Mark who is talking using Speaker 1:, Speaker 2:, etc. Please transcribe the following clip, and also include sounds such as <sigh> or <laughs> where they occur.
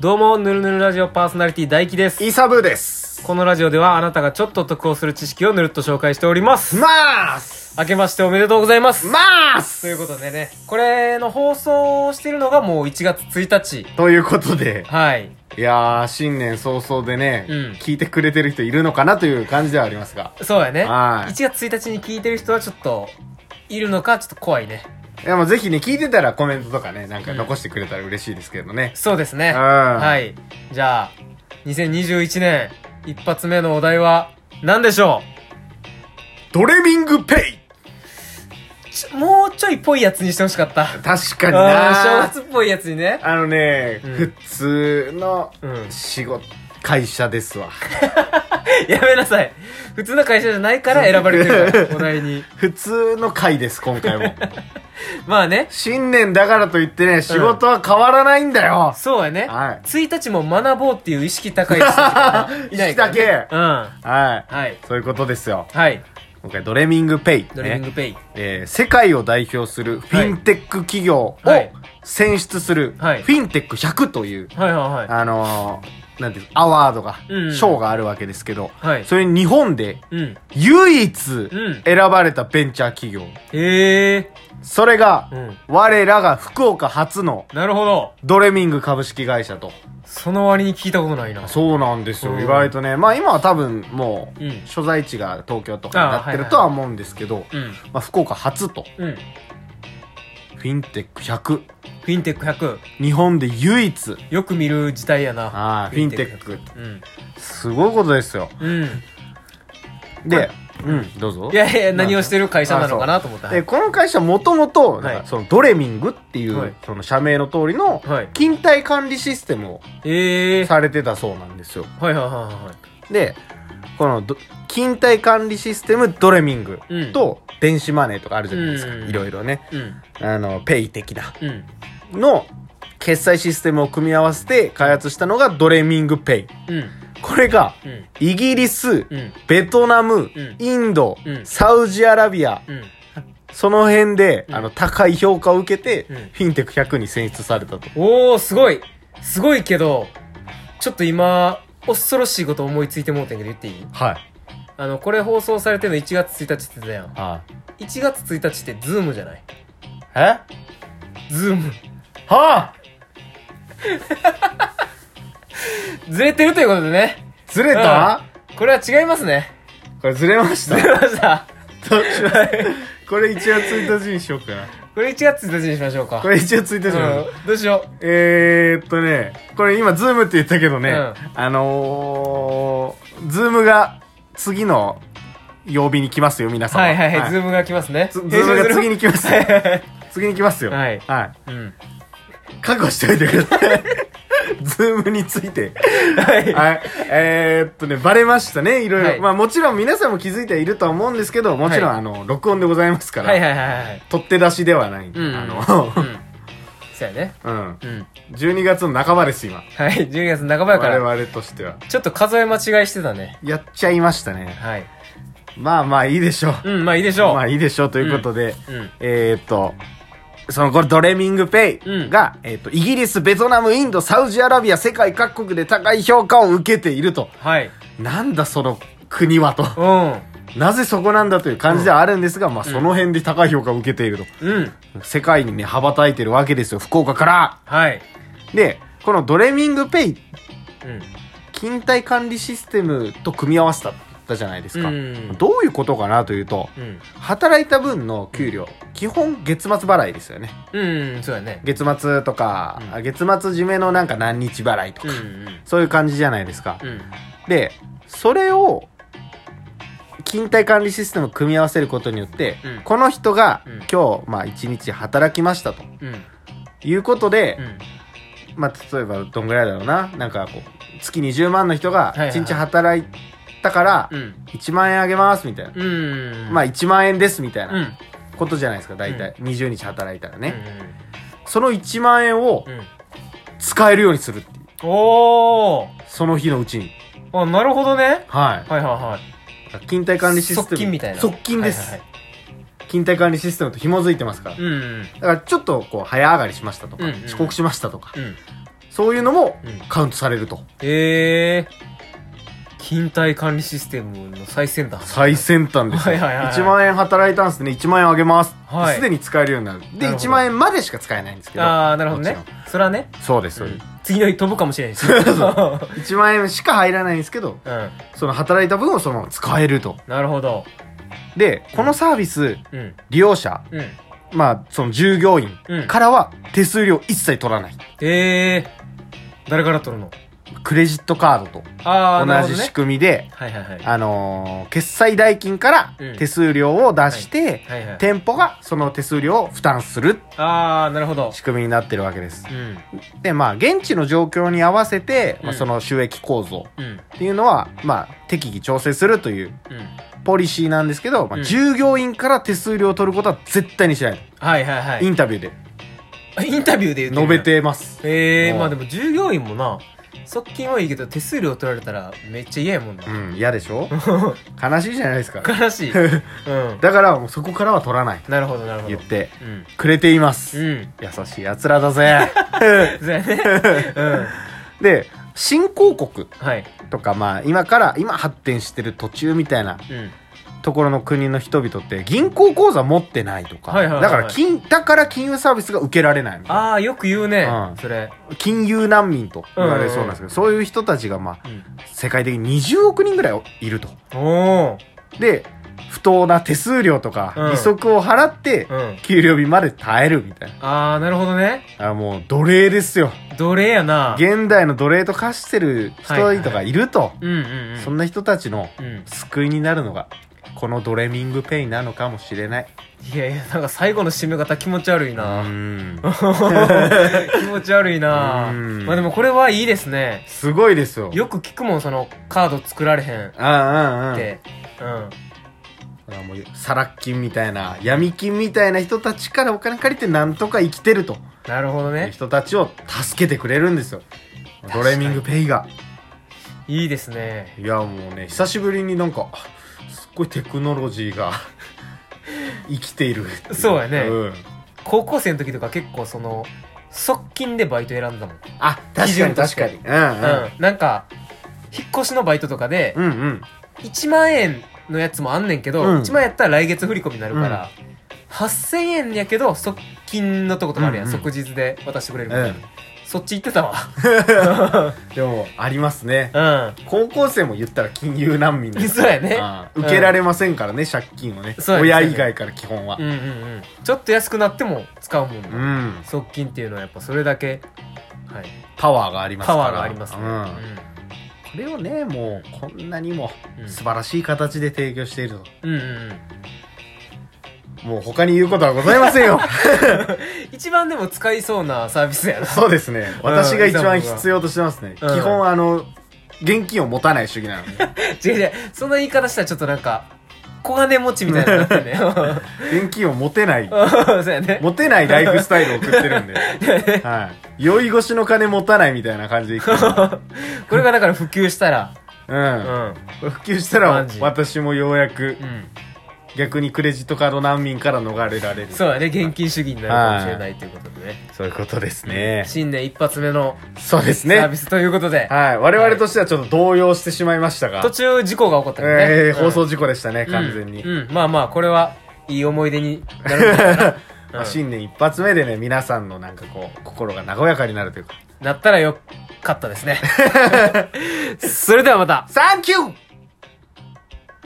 Speaker 1: どうも、ぬるぬるラジオパーソナリティ大輝です。
Speaker 2: イサブーです。
Speaker 1: このラジオではあなたがちょっと得をする知識をぬるっと紹介しております。
Speaker 2: まーす
Speaker 1: 明けましておめでとうございます。
Speaker 2: まー
Speaker 1: と
Speaker 2: す
Speaker 1: いうことでね、これの放送をしているのがもう1月1日。
Speaker 2: ということで、
Speaker 1: はい。
Speaker 2: いやー、新年早々でね、
Speaker 1: うん
Speaker 2: 聞いてくれてる人いるのかなという感じではありますが。
Speaker 1: そうやね。
Speaker 2: はい
Speaker 1: 1月1日に聞いてる人はちょっと、いるのかちょっと怖いね。
Speaker 2: いや、もうぜひね、聞いてたらコメントとかね、なんか残してくれたら嬉しいですけどね。
Speaker 1: そうですね。
Speaker 2: うん
Speaker 1: はい。じゃあ、2021年、一発目のお題は、何でしょ
Speaker 2: ドレミングペ
Speaker 1: うちょもうちょいぽいやつにしてほしかった。
Speaker 2: イ確かに
Speaker 1: あー
Speaker 2: な
Speaker 1: 正月っぽいやつにね。
Speaker 2: あのね、
Speaker 1: うん
Speaker 2: 普通の
Speaker 1: うん
Speaker 2: 仕事、会社ですわ。
Speaker 1: <laughs> やめなさい。普通の会社じゃないから選ばれてるから、お題に。
Speaker 2: <laughs> 普通の会です、今回も。
Speaker 1: まあね。
Speaker 2: 新年だからといってね、仕事は変わらないんだよ。
Speaker 1: そうやね。
Speaker 2: はい
Speaker 1: 1日も学ぼうっていう意識高い
Speaker 2: <laughs>
Speaker 1: 人がいないから、ね。
Speaker 2: 意識だけ
Speaker 1: うん。は
Speaker 2: はい。
Speaker 1: い。
Speaker 2: そういうことですよ。
Speaker 1: はい。
Speaker 2: 今回ドレミングペイ、ね。
Speaker 1: ドリビングペイ。
Speaker 2: えー世界を代表するフィンテック企業を
Speaker 1: はい
Speaker 2: 選出する、
Speaker 1: はい
Speaker 2: フィンテック100という、
Speaker 1: はいはいは
Speaker 2: あのー、なんていうんですかアワードが、
Speaker 1: うん
Speaker 2: 賞があるわけですけど、
Speaker 1: はい
Speaker 2: それに日本で
Speaker 1: い。うん。
Speaker 2: 唯一
Speaker 1: ん
Speaker 2: 選ばれたベンチャー企業。
Speaker 1: へえ。
Speaker 2: それが、
Speaker 1: うん
Speaker 2: 我らが福岡初の
Speaker 1: なるほど。
Speaker 2: ドレミング株式会社と。
Speaker 1: その割に聞いたことないな。
Speaker 2: そうなんです
Speaker 1: う
Speaker 2: よ。
Speaker 1: ん
Speaker 2: 意外とね。まあ今は多分もう
Speaker 1: うん、
Speaker 2: 所在地が東京とかになってるとは思うんですけど、
Speaker 1: うん。
Speaker 2: まあ福岡初と、
Speaker 1: うん。フ
Speaker 2: フィンテック100。
Speaker 1: ィンテック100。
Speaker 2: 日本で唯一。
Speaker 1: よく見る時代やな。
Speaker 2: あーフィンテック。
Speaker 1: うん。
Speaker 2: すごいことですよ。
Speaker 1: うん。
Speaker 2: で、うん、どうぞ。
Speaker 1: いやいや、何をしてる会社なのかなと思った。
Speaker 2: で、この会社もともと、
Speaker 1: はい
Speaker 2: なんかそのドレミングってい、
Speaker 1: はいう
Speaker 2: その社名の通りの
Speaker 1: はい、
Speaker 2: 勤怠管理システムを
Speaker 1: ええ。
Speaker 2: されてたそうなんですよ。
Speaker 1: はいはいはいはい。
Speaker 2: で、このど、勤怠管理システムドレミングと、電子マネーとかあるじゃないですか。
Speaker 1: うん
Speaker 2: いろいろね。
Speaker 1: うん。
Speaker 2: あの、ペイ的な。
Speaker 1: うん。
Speaker 2: の、決済システムを組み合わせて開発したのがドレミングペイ。
Speaker 1: うん。
Speaker 2: これが、
Speaker 1: うん。
Speaker 2: イギリス、
Speaker 1: うん。
Speaker 2: ベトナム、
Speaker 1: うん
Speaker 2: インド、
Speaker 1: うん
Speaker 2: サウジアラビア、
Speaker 1: うん。
Speaker 2: その辺で、
Speaker 1: うん
Speaker 2: あの、高い評価を受けて、
Speaker 1: うん
Speaker 2: フィンテック100に選出されたと。
Speaker 1: おー、すごいすごいけど、ちょっと今、恐ろしいこと思いついてもうてんけど言っていい
Speaker 2: はい。
Speaker 1: あの、これ放送されてるの1月1日って言ってたやん。
Speaker 2: は
Speaker 1: 1月1日ってズームじゃない
Speaker 2: えは
Speaker 1: ズーム。
Speaker 2: あ
Speaker 1: ずれてるということでね。
Speaker 2: ずれた、
Speaker 1: これは違いますね。 <laughs>
Speaker 2: これずれまし
Speaker 1: ず
Speaker 2: た。
Speaker 1: れました。
Speaker 2: どうしようこれ1月1日にしようかな。
Speaker 1: これ1月1日にしましょうか。
Speaker 2: これ1月1日にしよう。
Speaker 1: うん、どうしよ
Speaker 2: えー、っとね、これ今、ズームって言ったけどね、
Speaker 1: うん
Speaker 2: あのー、ズームが次の曜日に来ますよ、皆
Speaker 1: う。
Speaker 2: 様。
Speaker 1: はいはいはい、ズームが来ますね。
Speaker 2: ズズームが次に来ますよ。
Speaker 1: 編集
Speaker 2: 次に来ます
Speaker 1: す
Speaker 2: よ。
Speaker 1: る。はい。
Speaker 2: は
Speaker 1: う
Speaker 2: い。
Speaker 1: ん。
Speaker 2: 覚悟しておいてく
Speaker 1: <laughs>
Speaker 2: ださい。ズームについて。
Speaker 1: はい。
Speaker 2: はい。えー、っとね、バレましたね、いろいろ。
Speaker 1: はい
Speaker 2: まあもちろん皆さんも気づいてはいるとは思うんですけど、もちろん、
Speaker 1: はい
Speaker 2: あの、録音でございますから、
Speaker 1: はいはいはいはい。
Speaker 2: 取って出しではないんで、
Speaker 1: うん。
Speaker 2: あ
Speaker 1: う
Speaker 2: の、
Speaker 1: ん。そうやね。
Speaker 2: うん。
Speaker 1: うん。
Speaker 2: 12月の半ばです、今。
Speaker 1: はい、12月半ばやか
Speaker 2: 我
Speaker 1: ら、
Speaker 2: 々としては。
Speaker 1: ちょっと数え間違いしてたね。
Speaker 2: やっちゃいましたね。
Speaker 1: はい。
Speaker 2: まあまあいいでしょ
Speaker 1: う
Speaker 2: う。
Speaker 1: ん、まあいいでしょう。
Speaker 2: まあいいでしょうということで、
Speaker 1: うん。
Speaker 2: えー、っと、そのこれドレミングペ
Speaker 1: うん
Speaker 2: イが、えーっと、イギリス、ベトナム、インド、サウジアラビア、世界各国で高い評価を受けていると。
Speaker 1: はい。
Speaker 2: なんだその国はと。 <laughs>
Speaker 1: う
Speaker 2: なぜそこなんだという感じではあるんですが、まあその辺で高い評価を受けていると。
Speaker 1: ん。うん。
Speaker 2: 世界にね、羽ばたいてるわけですよ、福岡から。
Speaker 1: はい。
Speaker 2: で、このドレミングペイ、
Speaker 1: うん。
Speaker 2: 勤怠管理システムと組み合わせたじゃないですか。
Speaker 1: うん
Speaker 2: どういうことかなというと、
Speaker 1: うん。
Speaker 2: 働いた分の給料、基本月末払いですよね。
Speaker 1: うん、そうやね。
Speaker 2: 月末とか、
Speaker 1: うん
Speaker 2: あ月末締めのなんか何日払いと
Speaker 1: う
Speaker 2: か、
Speaker 1: ん。うん
Speaker 2: そういう感じじゃないですか。
Speaker 1: うん。
Speaker 2: で、それを、勤怠管理システムを組み合わせることによって、
Speaker 1: うん
Speaker 2: この人が、
Speaker 1: うん
Speaker 2: 今日、まあ一日働きましたと
Speaker 1: うん。
Speaker 2: いうことで、
Speaker 1: うん。
Speaker 2: まあ例えばどんぐらいだろうな、なんかこう、月20万の人が
Speaker 1: いはいはい
Speaker 2: 一日働いたから
Speaker 1: う、ん。
Speaker 2: 1万円あげますみたいな。
Speaker 1: うん。
Speaker 2: まあ1万円ですみたい
Speaker 1: うん。う。
Speaker 2: なんことじゃないですか、大体。20日働いたらね。
Speaker 1: う
Speaker 2: その1万円を
Speaker 1: ん。うん。
Speaker 2: 使えるようにするっていう。
Speaker 1: おー。
Speaker 2: その日のうちに。
Speaker 1: あ、なるほどね。
Speaker 2: は
Speaker 1: はいはいはい。
Speaker 2: い。勤怠管理システム。
Speaker 1: 側近みたいな。
Speaker 2: 側近です。
Speaker 1: はい
Speaker 2: 勤怠管理システムと紐づいてますから。
Speaker 1: はいはい。
Speaker 2: だからちょっとこう早上がりしましたとか、
Speaker 1: うんうん
Speaker 2: 遅刻しましたとか、
Speaker 1: うん。うん。
Speaker 2: そういうのも
Speaker 1: うん
Speaker 2: カウントされると。
Speaker 1: ええ勤怠管理システムの最先端。
Speaker 2: 最先端です
Speaker 1: は
Speaker 2: よ。
Speaker 1: いはいはいはい
Speaker 2: 1万円働いたんですね、1万円あげます。
Speaker 1: はい
Speaker 2: すでに使えるようになる。で、
Speaker 1: なるほど
Speaker 2: 1万円までしか使えないんですけど。
Speaker 1: ああ、なるほどね
Speaker 2: もち。
Speaker 1: それはね、
Speaker 2: そうです、そうです。
Speaker 1: 次の日飛ぶかもしれない
Speaker 2: <laughs>
Speaker 1: し。 <laughs> う
Speaker 2: 1万円しか入らないんですけど、
Speaker 1: ん。
Speaker 2: その働いた分をそのまま使えると。
Speaker 1: なるほど。
Speaker 2: で、このサービス、
Speaker 1: うん。
Speaker 2: 利用者、
Speaker 1: うん。
Speaker 2: まあ、その従業員
Speaker 1: うん
Speaker 2: からは手数料一切取らない。
Speaker 1: ええ誰から取るの
Speaker 2: クレジットカードと
Speaker 1: ああ、なる
Speaker 2: 同
Speaker 1: ほ
Speaker 2: じ
Speaker 1: ど
Speaker 2: 仕
Speaker 1: ね。
Speaker 2: 組みで、
Speaker 1: はいはいはい。
Speaker 2: あのー決済代金から
Speaker 1: うん
Speaker 2: 手数料を出して、
Speaker 1: はいはい。
Speaker 2: 店舗がその手数料を負担する
Speaker 1: ああ、なるほど。
Speaker 2: 仕組みになってるわけです。
Speaker 1: うん。
Speaker 2: で、まあ、現地の状況に合わせて、まあ、
Speaker 1: うん
Speaker 2: その収益構造
Speaker 1: うん。
Speaker 2: っていうのは、まあ、適宜調整するという
Speaker 1: うん。
Speaker 2: ポリシーなんですけど、ま
Speaker 1: う
Speaker 2: あ、
Speaker 1: ん
Speaker 2: 従業員から手数料を取ることは絶対にしない。
Speaker 1: はいはいはい
Speaker 2: イ。ンタビューで
Speaker 1: インタビューで言う
Speaker 2: 述べ。てます。
Speaker 1: ええ
Speaker 2: うん
Speaker 1: まあでも従業員もな、側近はいいけど手数料取られたらめっちゃ嫌やもんな
Speaker 2: う。ん、嫌で
Speaker 1: <laughs>
Speaker 2: しょ悲しいじゃないですか。
Speaker 1: 悲
Speaker 2: <laughs>
Speaker 1: しい。うん。
Speaker 2: だから、もうそこからは取らない。
Speaker 1: なるほどなるほど
Speaker 2: 言っ。て
Speaker 1: うん。
Speaker 2: くれています。
Speaker 1: うん。
Speaker 2: 優しい奴ら
Speaker 1: <laughs>
Speaker 2: だぜ。
Speaker 1: そうや
Speaker 2: <laughs>
Speaker 1: ね。うん。
Speaker 2: で、新興国
Speaker 1: はい。
Speaker 2: とか、まあ、今から、今発展してる途中みたい
Speaker 1: う
Speaker 2: な
Speaker 1: ん。
Speaker 2: ところの国の人々って銀行口座持ってないとか、
Speaker 1: はいはいはい
Speaker 2: だから金だから金融サービスが受けられないみたいな
Speaker 1: ああ、よく言うね
Speaker 2: うん。
Speaker 1: それ。
Speaker 2: 金融難民と言われそうなんですけど、そういう人たちがまあ
Speaker 1: うん。
Speaker 2: 世界的に20億人ぐらいいると
Speaker 1: おー。
Speaker 2: で不当な手数料とか
Speaker 1: うん
Speaker 2: 利息を払って
Speaker 1: うん。
Speaker 2: 給料日まで耐えるみたい
Speaker 1: ああ、なるほどね。
Speaker 2: なあもう奴隷ですよ
Speaker 1: 奴隷やな。
Speaker 2: 現代の奴隷と化してる人
Speaker 1: はい
Speaker 2: と
Speaker 1: は
Speaker 2: かいると、
Speaker 1: うんうんうん。
Speaker 2: そんな人たちの
Speaker 1: うん。
Speaker 2: 救いになるのがこのドレミングペイなのかもしれない
Speaker 1: いやいや、なんか最後の締め方気持ち悪い
Speaker 2: <laughs>
Speaker 1: な。
Speaker 2: うん
Speaker 1: 気持ち悪いな。
Speaker 2: うん
Speaker 1: まあでもこれはいいですね。
Speaker 2: すごいですよ
Speaker 1: よく聞くもん、その、カード作られへんっ
Speaker 2: ああうんうん
Speaker 1: て。うん。
Speaker 2: ほらもうサラッキンみたいな闇金みたいな人たちからお金借りてなんとか生きてると
Speaker 1: なるほど
Speaker 2: いう
Speaker 1: ね。
Speaker 2: 人たちを助けてくれるんですよ
Speaker 1: か
Speaker 2: ド
Speaker 1: に
Speaker 2: レミングペイが
Speaker 1: いいですね。
Speaker 2: いやもうね久しぶりになんかあすっごいテクノロジ <laughs> ーが生きているってい
Speaker 1: そうやね
Speaker 2: うん、
Speaker 1: 高校生の時とか結構その、側近でバイト選んだもん。
Speaker 2: あ確かに確かにうん
Speaker 1: うん。なんか、引っ越しのバイトとかで、
Speaker 2: うんうんうん
Speaker 1: 1万円のやつもあんねんけど、
Speaker 2: うん
Speaker 1: 1万円やったら来月振り込みになるから、8000円やけど、側近のとことかあるやん。
Speaker 2: うんうん
Speaker 1: 即日で渡してくれるみたいな。
Speaker 2: うん
Speaker 1: そっち行ってたわ。
Speaker 2: でもありますね
Speaker 1: うん。
Speaker 2: 高校生も言ったら金融難民です
Speaker 1: そうやね
Speaker 2: うん受けられませんからね、借金をね
Speaker 1: そうやね
Speaker 2: 親以外から基本は
Speaker 1: うんうんうん。ちょっと安くなっても使うもんな、
Speaker 2: うん
Speaker 1: 側近っていうのはやっぱそれだけ、はい。
Speaker 2: パワーがありますか
Speaker 1: パ
Speaker 2: ら
Speaker 1: ワーがありますね。
Speaker 2: うん、これをねもうこんなにも
Speaker 1: うん
Speaker 2: 素晴らしい形で提供していると、
Speaker 1: うん。うんうんうん。
Speaker 2: もう他に言うことはございません
Speaker 1: <laughs>
Speaker 2: よ
Speaker 1: 一番でも使いそうなサービスやな。 <laughs>
Speaker 2: そうですね私が一番必要としてますね、
Speaker 1: うん
Speaker 2: 基本あの現金を持たない主義なので
Speaker 1: 違う違う。その言い方したらちょっとなんか、小金持ちみたいになって
Speaker 2: <laughs>
Speaker 1: んね。 <laughs>
Speaker 2: 現金を持てない
Speaker 1: そうやね。
Speaker 2: 持てないライフスタイルを送ってる
Speaker 1: <laughs>
Speaker 2: んで、はい、酔い越しの金持たないみたいな感じで生きてる
Speaker 1: これがだから普及したら、<laughs>
Speaker 2: う
Speaker 1: うん。
Speaker 2: ん、これ普及したら
Speaker 1: マジ
Speaker 2: 私もようやく
Speaker 1: うん。
Speaker 2: 逆にクレジットカード難民から逃れられる
Speaker 1: そうやね。現金主義になるかもしれないということでね。
Speaker 2: そういうことですね
Speaker 1: 新年一発目の
Speaker 2: そうです
Speaker 1: サ
Speaker 2: ね
Speaker 1: ービスということで、
Speaker 2: はい。我々としてはちょっと動揺してしまいましたが。
Speaker 1: 途中事故が起こったりね。
Speaker 2: えー
Speaker 1: うん
Speaker 2: 放送事故でしたね、完全に。
Speaker 1: うん、うんまあまあこれはいい思い出になるんじ
Speaker 2: <laughs>
Speaker 1: ゃないかな、
Speaker 2: まあ
Speaker 1: うん
Speaker 2: 新年一発目でね、皆さんのなんかこう、心が和やかになるというか。 <laughs>
Speaker 1: なったらよかったですね <laughs> それではまた
Speaker 2: サンキュー